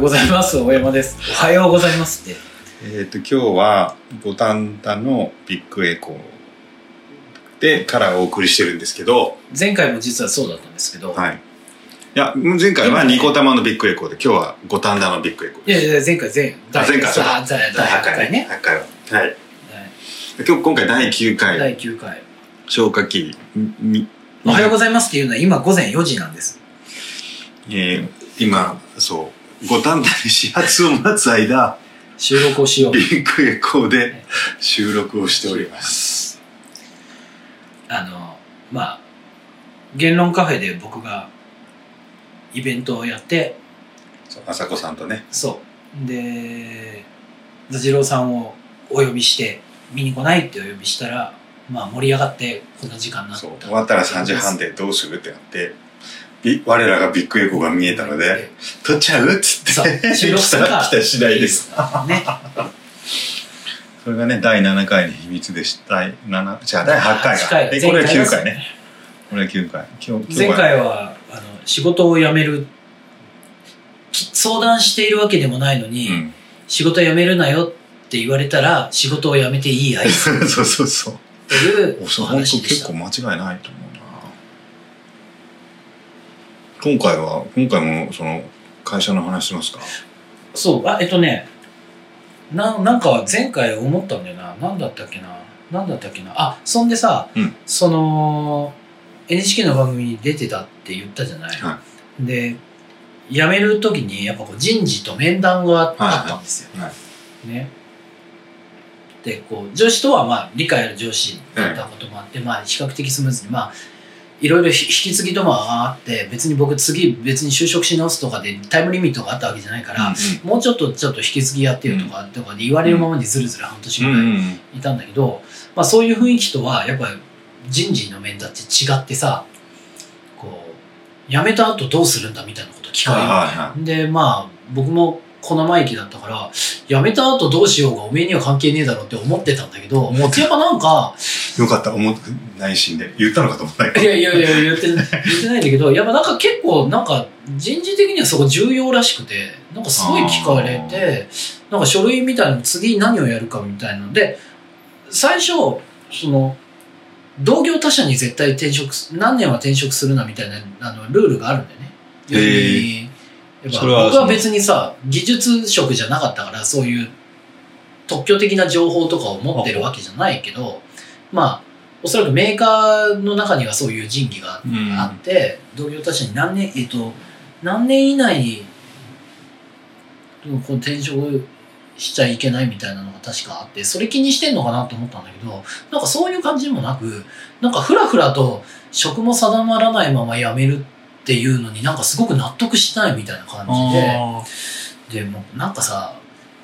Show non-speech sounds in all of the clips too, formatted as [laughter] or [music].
ございます大山ですおはようございますってえっ、と、今日は五反田のビッグエコーでからお送りしてるんですけど、前回も実はそうだったんですけど、はい。いや、前回はニコ玉のビッグエコーで、今日は五反田のビッグエコーいでやす。いや前回前あ前回そうさあ第第8回ね、 100回は。はい。はい今日、今回第9回、第9回消火器に、おはようございますっていうのは今午前4時なんですえー今、そう、五反田で始発を待つ間、収録をしようビッグエコーで収録をしております。あのまあ言論カフェで僕がイベントをやってそう朝子さんとね、そうで座次郎さんをお呼びして見に来ないってお呼びしたらまあ盛り上がってこんな時間になったそう、終わったら3時半でどうするってなって、び我らがビッグエコーが見えたので、撮っちゃうっつって、そう収来録するか [laughs] た、来た次第です。ねそれがね、第7回の秘密でした。第7、じゃあ第8回八が。えこれは前9です回ね。これは9回。今日、今前日は回はあの仕事を辞めるき相談しているわけでもないのに、うん。仕事辞めるなよって言われたら仕事を辞めていい合図 [laughs] そうそうそう。っていう [laughs] おおそう本当話でし結た構間違いないと思うな。今回は、今回もその、会社の話しますかそうあえっとねななんか前回思ったんだよな何だったっけな何だったっけなあそんでさ、うんその NHK の番組に出てたって言ったじゃない、はで辞める時にやっぱこう人事と面談があったんですよ、はいはねでこう上司とはまあ理解ある上司だったこともあって、まあ比較的スムーズにまあいろいろ引き継ぎともあって別に僕次別に就職し直すとかでタイムリミットがあったわけじゃないから、うもうちょっとちょっと引き継ぎやってよとかとかで言われるままにずるずる半年んうぐんうらいん。いたんだけど、まあ、そういう雰囲気とはやっぱ人事の面談って違ってさこう辞めた後どうするんだみたいなこと聞はいかはいはい。れるでまあ僕も小生意気だったから辞めた後どうしようがおめえには関係ねえだろうって思ってたんだけど思ってたやっぱなんかよかった、思って、内心で。言ったのかと思ったけいど。やいやいや言って言ってないんだけどやっぱなんか結構なんか人事的にはそこ重要らしくてなんかすごい聞かれてなんか書類みたいなの次何をやるかみたいなので最初その同業他社に絶対転職す何年は転職するなみたいなあのルールがあるんだよね。へーやっぱそれは僕は別にさ技術職じゃなかったからそういう特許的な情報とかを持ってるわけじゃないけどまあおそらくメーカーの中にはそういう人技がうんあって、同業他社に何年えっと何年以内にこう転職しちゃいけないみたいなのが確かあってそれ気にしてんのかなと思ったんだけどなんかそういう感じでもなくなんかふらふらと職も定まらないまま辞めるっていうのになんかすごく納得しないみたいな感じで。あでもうなんかさ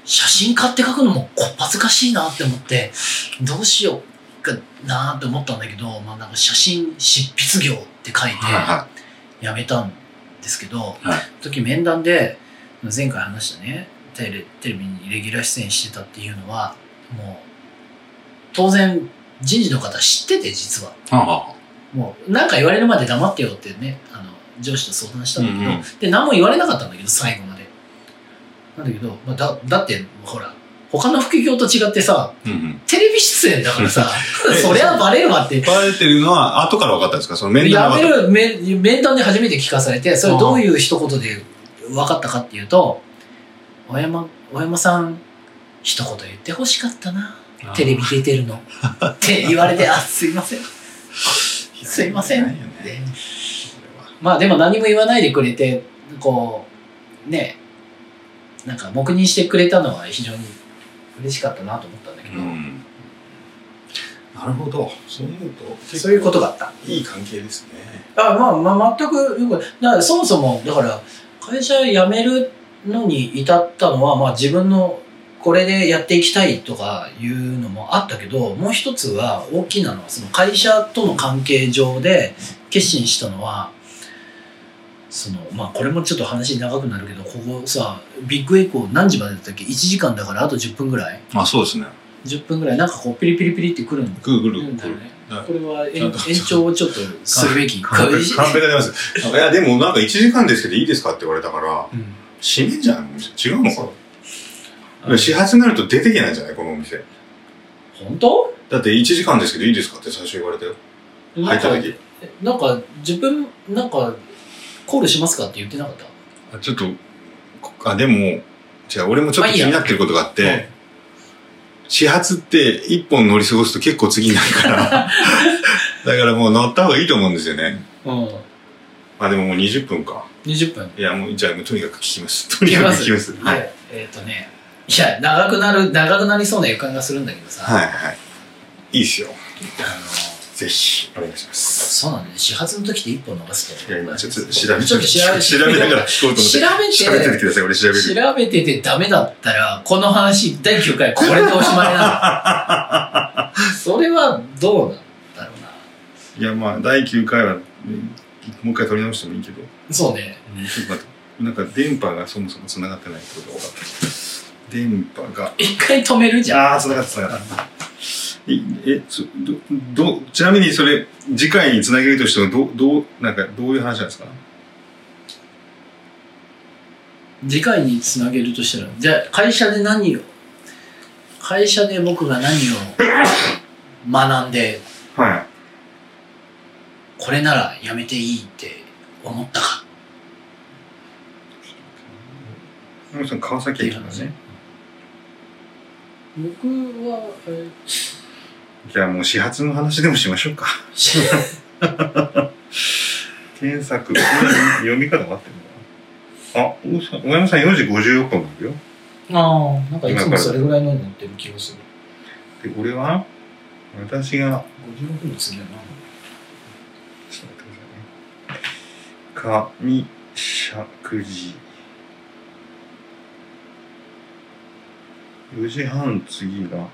写真買って書くのもこっぱずかしいなって思ってどうしようかなって思ったんだけど、まあ、なんか写真執筆業って書いてーはいはい。やめたんですけど、はい時面談で前回話したねテレテレビにレギュラー出演してたっていうのはもう当然人事の方知ってて実はあもう何か言われるまで黙ってよってねあの上司と相談したんだけど、うんうんで何も言われなかったんだけど最後までなんだけど、まあ、だだってほら他の副業と違ってさーうんうん。テレビ出演だからさ [laughs] えそりゃバレるわってバレてるのは後から分かったんですかその面や談めは。る面面談で初めて聞かされてそれどういう一言で分かったかっていうと「大山大山さん一言言ってほしかったなテレビ出てるの」って言われて「あすいません」すいませんないよねでまあでも何も言わないでくれてこうねなんか黙認してくれたのは非常に嬉しかったなと思ったんだけうど、ん。なるほど。そう思うと、そういうことだったいい関係ですね。あまあまあ全くよくだからそもそもだから会社辞めるのに至ったのはまあ自分のこれでやっていきたいとかいうのもあったけどもう一つは大きなのはその会社との関係上で決心したのはそのまあこれもちょっと話長くなるけどここさビッグエコー何時までだったっけ1時間だからあと10分ぐらいあ、そうですね。 10分ぐらいなんかこうピリピリピリってくるんだぐるぐるよぐる。ねはいこれは延ちゃんと延長をちょっとするべき [laughs] 完璧が出ます。なんかいや、でもなんか1時間ですけどいいですかって言われたから、うん閉めじゃん、違うのかうな。始発になると出てけないんじゃないこのお店。本当だって1時間ですけどいいですかって最初言われたよ。入った時。なんか、自分、なんか、コールしますかって言ってなかったあちょっと、こあ、でも、じゃあ俺もちょっと気になってることがあって、始発って1本乗り過ごすと結構次になるから、 [laughs] だからもう乗った方がいいと思うんですよね。うん。うんまあでももう20分か。 20分。いや、もう、じゃあもうとにか [laughs] く聞きます。とにかく聞きます。は。い。えっ、とね、いや、長くなる、長くなりそうな予感がするんだけどさ、はいはい。いいっすよ。あの、ぜひ、お願いします。そうなんだね、始発の時って一本逃すいと。や、今ちょっと調べちょっと調べ調べながら聞こうと思って。調調べべてててください、俺調べる。調べててダメだったら、この話、第9回、これでおしまいなの。 [laughs] それはどうなんだろうな。いや、まあ、第9回は、ねもう一回取り直してもいいけど、そうね。ちょっと待って。なんか電波がそもそも繋がってないってことが分かった。電波が。一回止めるじゃん。ああ、繋がった、繋がった。いえ、そど、ど、ちなみにそれ、次回に繋げるとしても、ど、どう、なんか、どういう話なんですか次回につなげるとしたらじゃあ会社で何を会社で僕が何を学んではい。これならやめていいって思ったか山本さん、川っ崎ていう駅から話ね。僕は、えじゃあもう始発の話でもしましょうか。ーし [laughs] 検 [laughs] 索、これ読み方待ってるのかな。あ、大さん小山さん4時54分なんだよ。ああなんかいつもそれぐらいのになってる気がするで、俺は、私が、 56分の次だなちょっと待ってくださいね。神釈寺。4時半次が、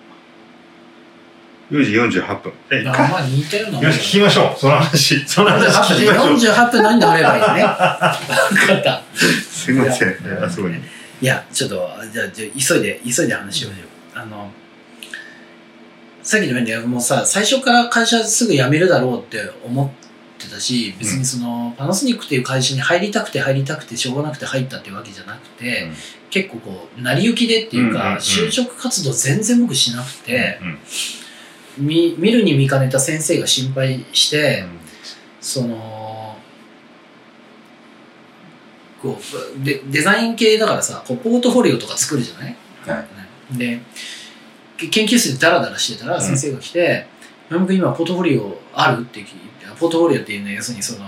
4時48分。え、あまあ似たようなもんだよし、聞きましょう。その話、その話聞きましょう。 48分何であればいい [laughs] のね分かったすいません。あ、すごいね。いや、ちょっと、じゃあ、じゃあ急いで、急いで話をしよう。あの、さっきの面で、もうさ、最初から会社すぐ辞めるだろうって思ってたし、別にその、パナソニックっていう会社に入りたくて入りたくてしょうがなくて入ったっていうわけじゃなくて、うん結構こう、成り行きでっていうか、うんうんうん就職活動全然僕しなくて、見見るに見かねた先生が心配して、うん、そのこうデデザイン系だからさこうポートフォリオとか作るじゃない、はでけ研究室でダラダラしてたらん先生が来て「山、う、君、今ポートフォリオある?」って聞いてポートフォリオっていうのは要するにその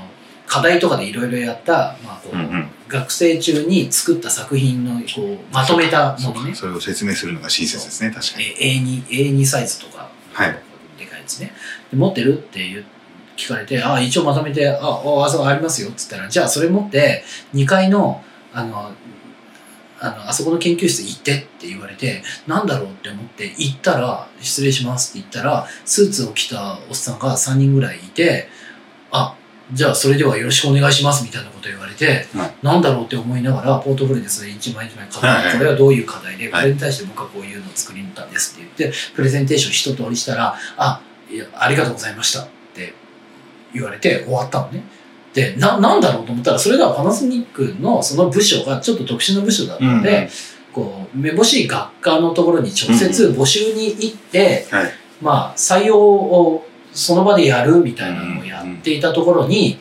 課題とかでいろいろやった、まあこううんうん学生中に作った作品のこうまとめたそもうのかねそれを説明するのが親切ですね、確かに。え A2, A2 サイズとか、はいでかいですねで持ってるって言う聞かれて「あ一応まとめてあああそうありますよ」っつったら「じゃあそれ持って2階のあのあのあそこの研究室行って」って言われてなんだろうって思って行ったら「失礼します」って言ったらスーツを着たおっさんが3人ぐらいいて「あじゃあそれではよろしくお願いします」みたいなこと言われて、はいなんだろうって思いながらポートフォリオでそれ一枚一枚書いて、はいはいこれはどういう課題で、はいこれに対して僕はこういうのを作りに行ったんですって言ってプレゼンテーション一通りしたら「あいやありがとうございました」って言われて終わったのね。でななんだろうと思ったらそれがパナソニックのその部署がちょっと特殊な部署だったうんので、こう、めぼしい学科のところに直接募集に行って、はいまあ、採用をその場でやるみたいなのをやっていたところに、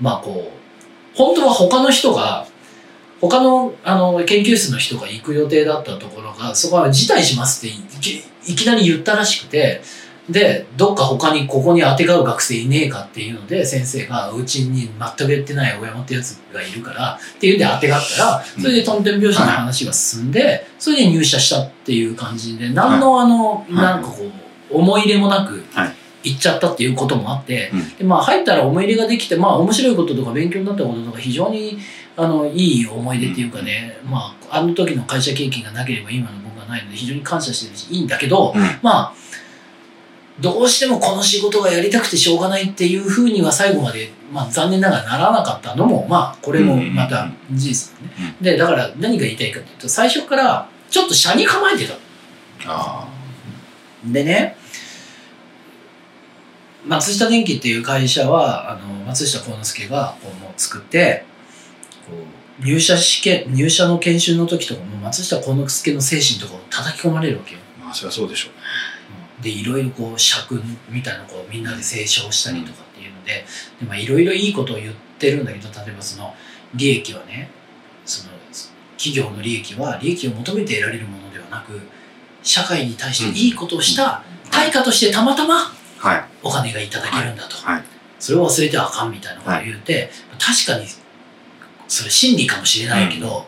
まあ、こう、本当は他の人が、他の、あの、研究室の人が行く予定だったところが、そこは辞退しますっていきいきなり言ったらしくて、で、どっか他にここに当てがう学生いねえかっていうので、先生がうちに全くやってない親山ってやつがいるから、っていうんで当てがったら、それでとんてん拍子の話が進んで、それで入社したっていう感じで、何のあの、いなんかこう、思い入れもなくはい、行っちゃったっていうこともあって、うんでまあ入ったら思い入れができて、まあ面白いこととか勉強になったこととか非常にあのいい思い出っていうかね、まああの時の会社経験がなければ今の僕はないので非常に感謝してるし、いいんだけど、うんまあ、どうしてもこの仕事がやりたくてしょうがないっていうふうには最後まで、まあ、残念ながらならなかったのも、まあ、これもまた事実なんでね、で、だから何が言いたいかというと、最初からちょっと車に構えてた。あでね、松下電器っていう会社は、あの松下幸之助がこうもう作って、こう入社試験、入社の研修の時とかも松下幸之助の精神とかを叩き込まれるわけよ。まあ、そりゃそうでしょう。で、いろいろこう、尺みたいなのをこうみんなで清唱したりとかっていうので、でまあ、いろいろいいことを言ってるんだけど、例えばその、利益はね、その、企業の利益は利益を求めて得られるものではなく、社会に対していいことをした対価としてたまたまはい。お金がいただけるんだと。はい。それを忘れてはあかんみたいなことを言うて、確かにそれ真理かもしれないけど、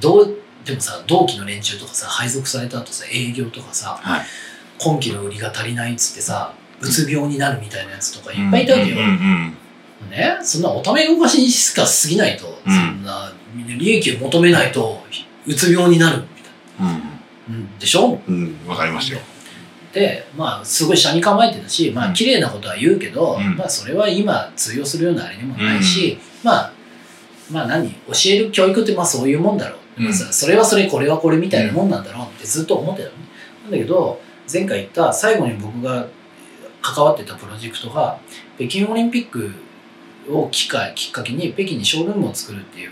どうでもさ同期の連中とかさ配属された後さ営業とかさはい。今期の売りが足りないっつってさうつ病になるみたいなやつとかいっぱいいたわけよ、うんうんね、そんなおため動かしにしか過ぎないと、うんそんな利益を求めないとうつ病になるみたいうん。な、うん、でしょうん。うん。わかりましたよ。でまあすごい車に構えてたしまうあん綺麗なことは言うけど、うんまあそれは今通用するようなあれでもないし、まあまあ何教える教育ってまあそういうもんだろう、うんさそれはそれこれはこれみたいなもんなんだろうってずっと思ってたのねなんだけど前回言った最後に僕が関わってたプロジェクトが北京オリンピックを機会きっかけに北京にショールームを作るっていう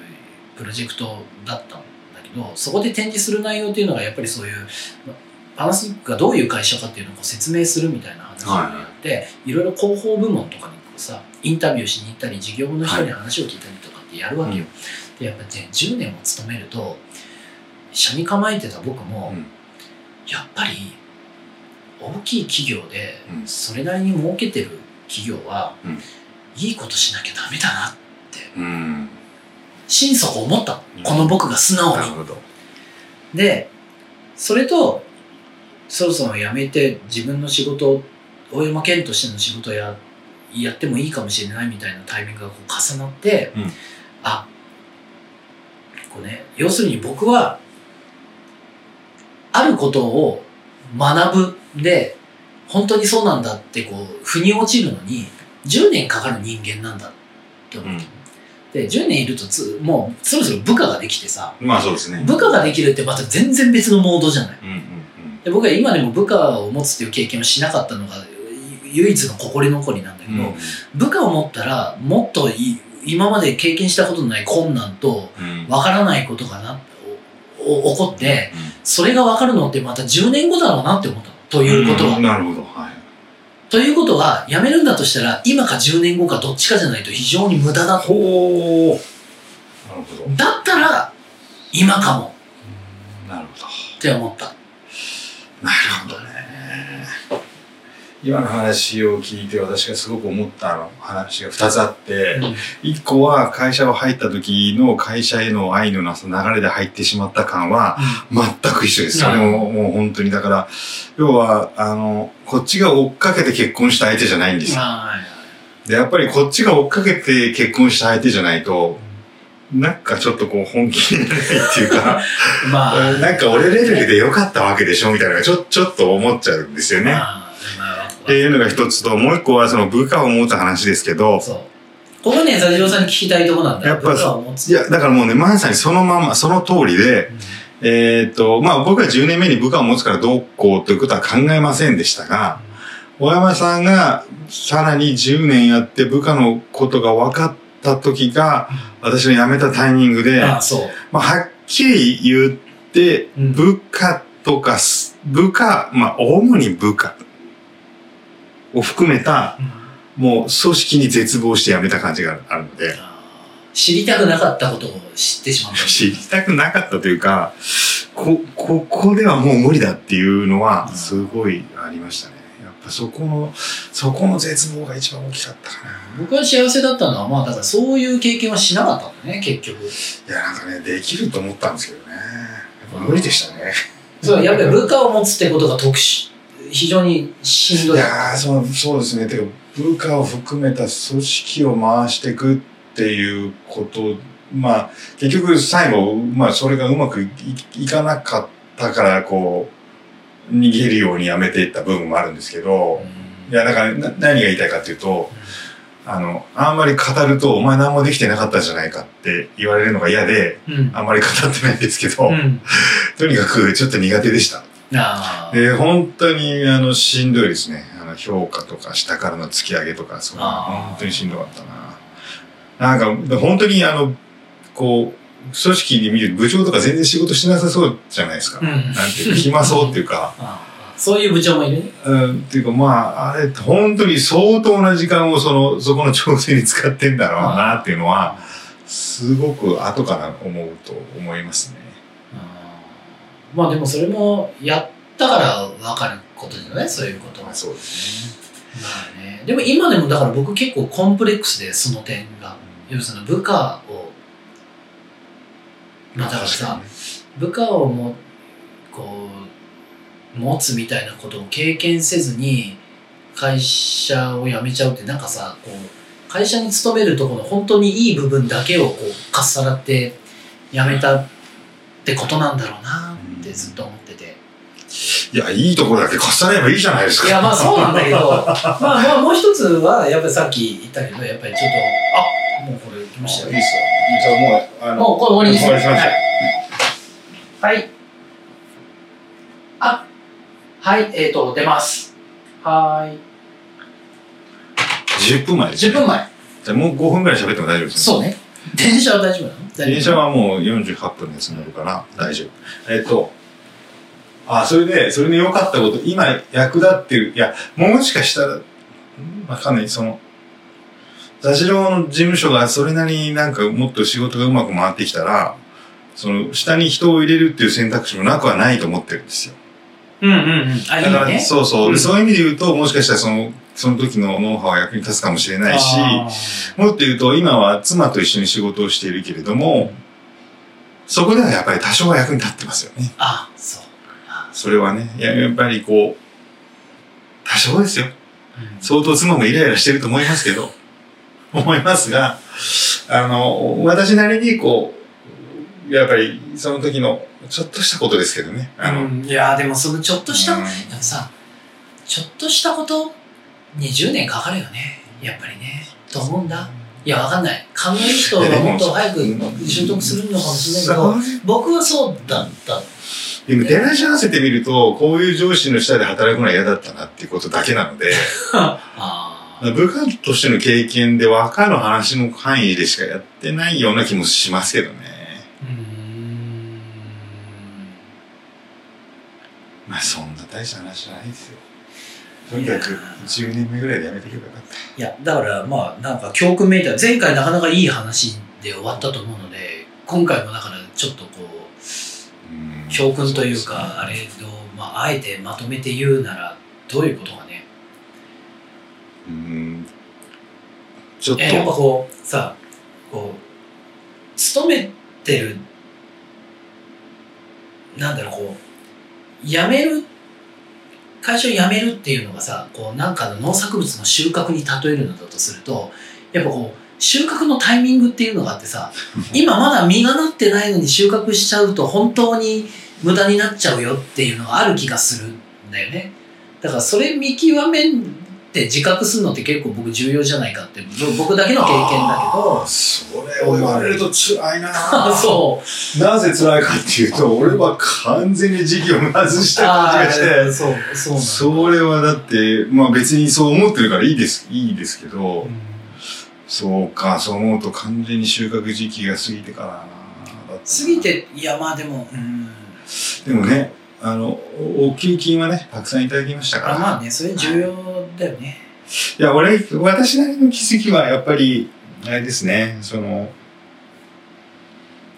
プロジェクトだったんだけどそこで展示する内容っていうのがやっぱりそういうまパナソニックがどういう会社かっていうのをこう説明するみたいな話をやって、い、ろいろ広報部門とかにこうさインタビューしに行ったり事業部の人に話を聞いたりとかってやるわけよ。でやっぱね10年を務めると社に構えてた僕も、うんやっぱり大きい企業でうんそれなりに儲けてる企業は、うんいいことしなきゃダメだなうん。心底思ったの、うんこの僕が素直なるに。ほど。でそれとそろそろ辞めて自分の仕事を大山健としての仕事をややってもいいかもしれないみたいなタイミングがこう重なって、うんあこうね要するに僕はあることを学ぶで本当にそうなんだってこう腑に落ちるのに10年かかる人間なんだって思って、で10年いるとつもうそろそろ部下ができてさ、まあそうですね。部下ができるってまた全然別のモードじゃないうんうんで僕は今でも部下を持つっていう経験をしなかったのがゆ唯一の心残りなんだけうん。ど、部下を持ったらもっとい今まで経験したことのない困難とうん。わからないことがなおお起こってうんそれがわかるのってまた10年後だろうなって思ったのということは、んなるほど。はい。ということは辞めるんだとしたら今か10年後かどっちかじゃないと非常に無駄だとほう。なるほど。だったら今かもなるほど。って思ったなるほどね。今の話を聞いて私がすごく思ったの話が2つあって、うん1個は会社を入った時の会社への愛のなさ流れで入ってしまった感は全く一緒です。それももう本当にだから、要は、あの、こっちが追っかけて結婚した相手じゃないんですよ。はいで、やっぱりこっちが追っかけて結婚した相手じゃないと、なんかちょっとこう本気になれないっていうか、ま [laughs] あ、なんか俺レベルで良かったわけでしょみたいなのがちょ、ちょっと思っちゃうんですよね。まあまあっていうのが一つと、もう一個はその部下を持つ話ですけど、そう。ここね、座長さんに聞きたいとこなんだよ。やっぱそう僕は思っていや、だからもうね、まさにそのまま、その通りで、えーっと、まあ僕は10年目に部下を持つからどうこうということは考えませんでしたが、小山さんがさらに10年やって部下のことが分かった時が、私の辞めたタイミングで、あ、そう。まあ、はっきり言って、うん部下とかす、部下、まあ、主に部下を含めた、もう組織に絶望して辞めた感じがあるので、あー知りたくなかったことを知ってしまった。知りたくなかったというか、こ、ここではもう無理だっていうのは、すごいありましたね。やっぱそこの、そこの絶望が一番大きかったかな。僕は幸せだったのは、まあ、だからそういう経験はしなかったんだね、結局。いや、なんかね、できると思ったんですけどね。やっぱ無理でしたね。そう、やっぱり部下を持つってことが特殊、非常にしんどいい。やーそうそうですねてか部下を含めた組織を回していくっていうことまあ結局最後、まあ、それがうまくいいかなかったからこう逃げるようにやめていった部分もあるんですけどうんいやだからな何が言いたいかっていうとあのあんまり語ると「お前何もできてなかったじゃないか」って言われるのが嫌でうん。あんまり語ってないんですけど、うん。とにかくちょっと苦手でした。あーえー本当にあのしんどいですねあの評価とか下からの突き上げとかそういうのあー本当にしんどかったななんか本当にあのこう組織で見る部長とか全然仕事しなさそうじゃないですか。うんなんていうか、暇そうっていうか、あそういう部長もいるね。 [laughs] うん、っていうかまあ、あれ、本当に相当な時間をその、そこの調整に使ってんだろうなっていうのは、すごく後から思うと思いますね。あーまあでもそれもやったから分かることだよね、そういうことは。まあまそうですね。あね、でも今でもだから僕結構コンプレックスで、その点が。要するに部下を、まあだからさ、部下をも、こう、持つみたいなことを経験せずに、会社を辞めちゃうってなんかさ、こう、会社に勤めるところの本当にいい部分だけをこう、かっさらって辞めたってことなんだろうなってずっと思ってて。いや、いいとこだけ貸さればいいじゃないですか。いや、まあそうなんだけど、まあまあもう一つは、やっぱりさっき言ったけど、やっぱりちょっと、あもうこれ来ましたいよい。っすよ。じゃあもう、あの、もうこれ終わりにし終わりにしましょうはい。あ、はい、えっ、と、出ます。はーい。 10分前です、ね。 10分前。じゃあもう5分ぐらい喋っても大丈夫ですね。そうね。電車は大丈夫なの電車。はもう48分のやつになるから大丈夫。えっと、あ、それで、それの良かったこと、今役立ってる、いや、もしかしたら、んわかんない、その、雑誌の事務所がそれなりになんかもっと仕事がうまく回ってきたら、その、下に人を入れるっていう選択肢もなくはないと思ってるんですよ。うんうんうん。あ、いだいから、ね。そうそう、うんそういう意味で言うと、もしかしたらその、その時のノウハウは役に立つかもしれないし、し。もっと言うと、今は妻と一緒に仕事をしているけれども、そこではやっぱり多少は役に立ってますよね。あ、そう。あそれはね、いややっぱりこう、多少ですよ。うん相当妻もイライラしてると思いますけど、思いますが、あの、私なりにこう、やっぱりその時の、ちょっとしたことですけどね。あの、うんいや、でもそのちょっとした、うんでもさ、ちょっとしたことに10年かかるよね。やっぱりね。と思うんだ。いや、わかんない。勘のいい人はもっと早く習得するのかもしれないけど、そう僕はそうだった。でも照らし合わせてみると、こういう上司の下で働くのは嫌だったなっていうことだけなので、あー部下としての経験で分かる話の範囲でしかやってないような気もしますけどね。うーんまあそんな大した話じゃないですよ。とにかく10年目ぐらいでやめてけばよかった。いやだからまあなんか教訓めいた前回なかなかいい話で終わったと思うので今回もだからちょっとこううん教訓というか、あれを、まあ、あえてまとめて言うならどういうことかねうん。ちょっと、えやっぱこうさこう勤めてるなんだろうこう辞める会社を辞めるっていうのがさこうなんかの農作物の収穫に例えるのだとするとやっぱこう収穫のタイミングっていうのがあってさ今まだ実がなってないのに収穫しちゃうと本当に無駄になっちゃうよっていうのがある気がするんだよねだからそれ見極めて自覚するのって結構僕重要じゃないかって僕だけの経験だけあーどそれを言われると辛いな [laughs] [laughs] そうう。なぜ辛いかっていうと、俺は完全に時期を外した感じがして。そう、そうなんだそれはだって、まあ別にそう思ってるからいいです、いいですけど、そうか、そう思うと完全に収穫時期が過ぎてからな。過ぎ。て、いや、まあでも、うん。でもね、あの、おお給金はね、たくさんいただきましたから。あまあね、それ重要だよね。いや、俺、私なりの気づきはやっぱり、あれですね、その、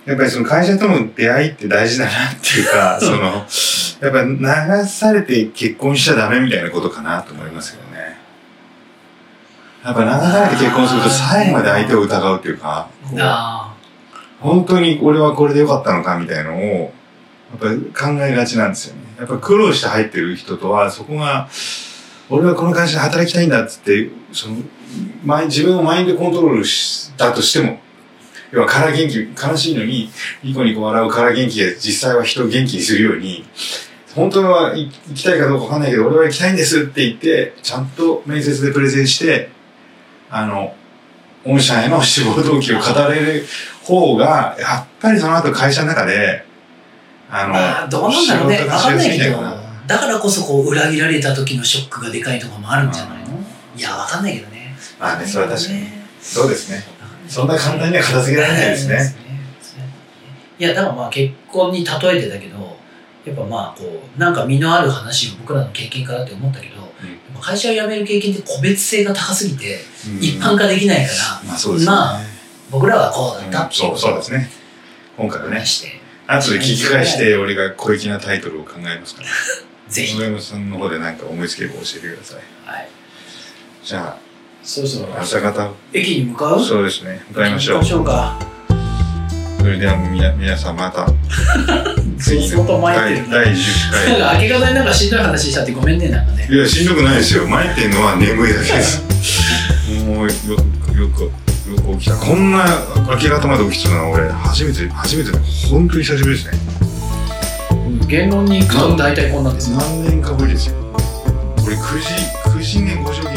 やっぱりその会社との出会いって大事だなっていうか、その、やっぱ流されて結婚しちゃダメみたいなことかなと思いますけどね。やっぱ流されて結婚すると最後まで相手を疑うっていうか、こうあ本当に俺はこれで良かったのかみたいのを、やっぱり考えがちなんですよね。やっぱ苦労して入ってる人とは、そこが、俺はこの会社で働きたいんだっつって、その、マイ自分をマインドコントロールしたとしても、要はから元気、悲しいのに、ニコニコ笑うから元気が実際は人を元気にするように、本当は行きたいかどうかわかんないけど、俺は行きたいんですって言って、ちゃんと面接でプレゼンして、あの、御社への志望動機を語れる方が、やっぱりその後会社の中で、ああ。の、まあ、どうなんだろうね。わかんないけど。なだからこそ、こう、裏切られた時のショックがでかいとかもあるんじゃないのいや、わかんないけどね。まあね、それは確かに。ねそうですね。わかんないそんな簡単には片付けられないですそねうですね。いや、だからまあ結婚に例えてたけど、やっぱまあこう、なんか身のある話を僕らの経験からって思ったけど、やっぱ会社を辞める経験って個別性が高すぎて、うん一般化できないから、まあそうですね。まあ僕らはこうだったうんっていうそうこそとうですね。今回はね話。して、後で聞き返して、俺が小粋なタイトルを考えますから。ぜひ。上山さんの方で何か思いつければ教えてください。はい。じゃそろそろあ、朝方、駅に向かうそうですね。向かいましょう。行きか。それではみな皆さんま [laughs] た次相当の巻いて第るな第なん10回か明け方になんかしんどい話しちゃってごめんね、なんかね。いやしんどくないですよ巻いてるのは眠いだけですもうよよくよく起きたこんな明け方まで起きてたのは俺初めて初めて本当に久しぶりですね言論に行くと大体こんなんですよ。何年かぶりですよ俺9時9時年5時起き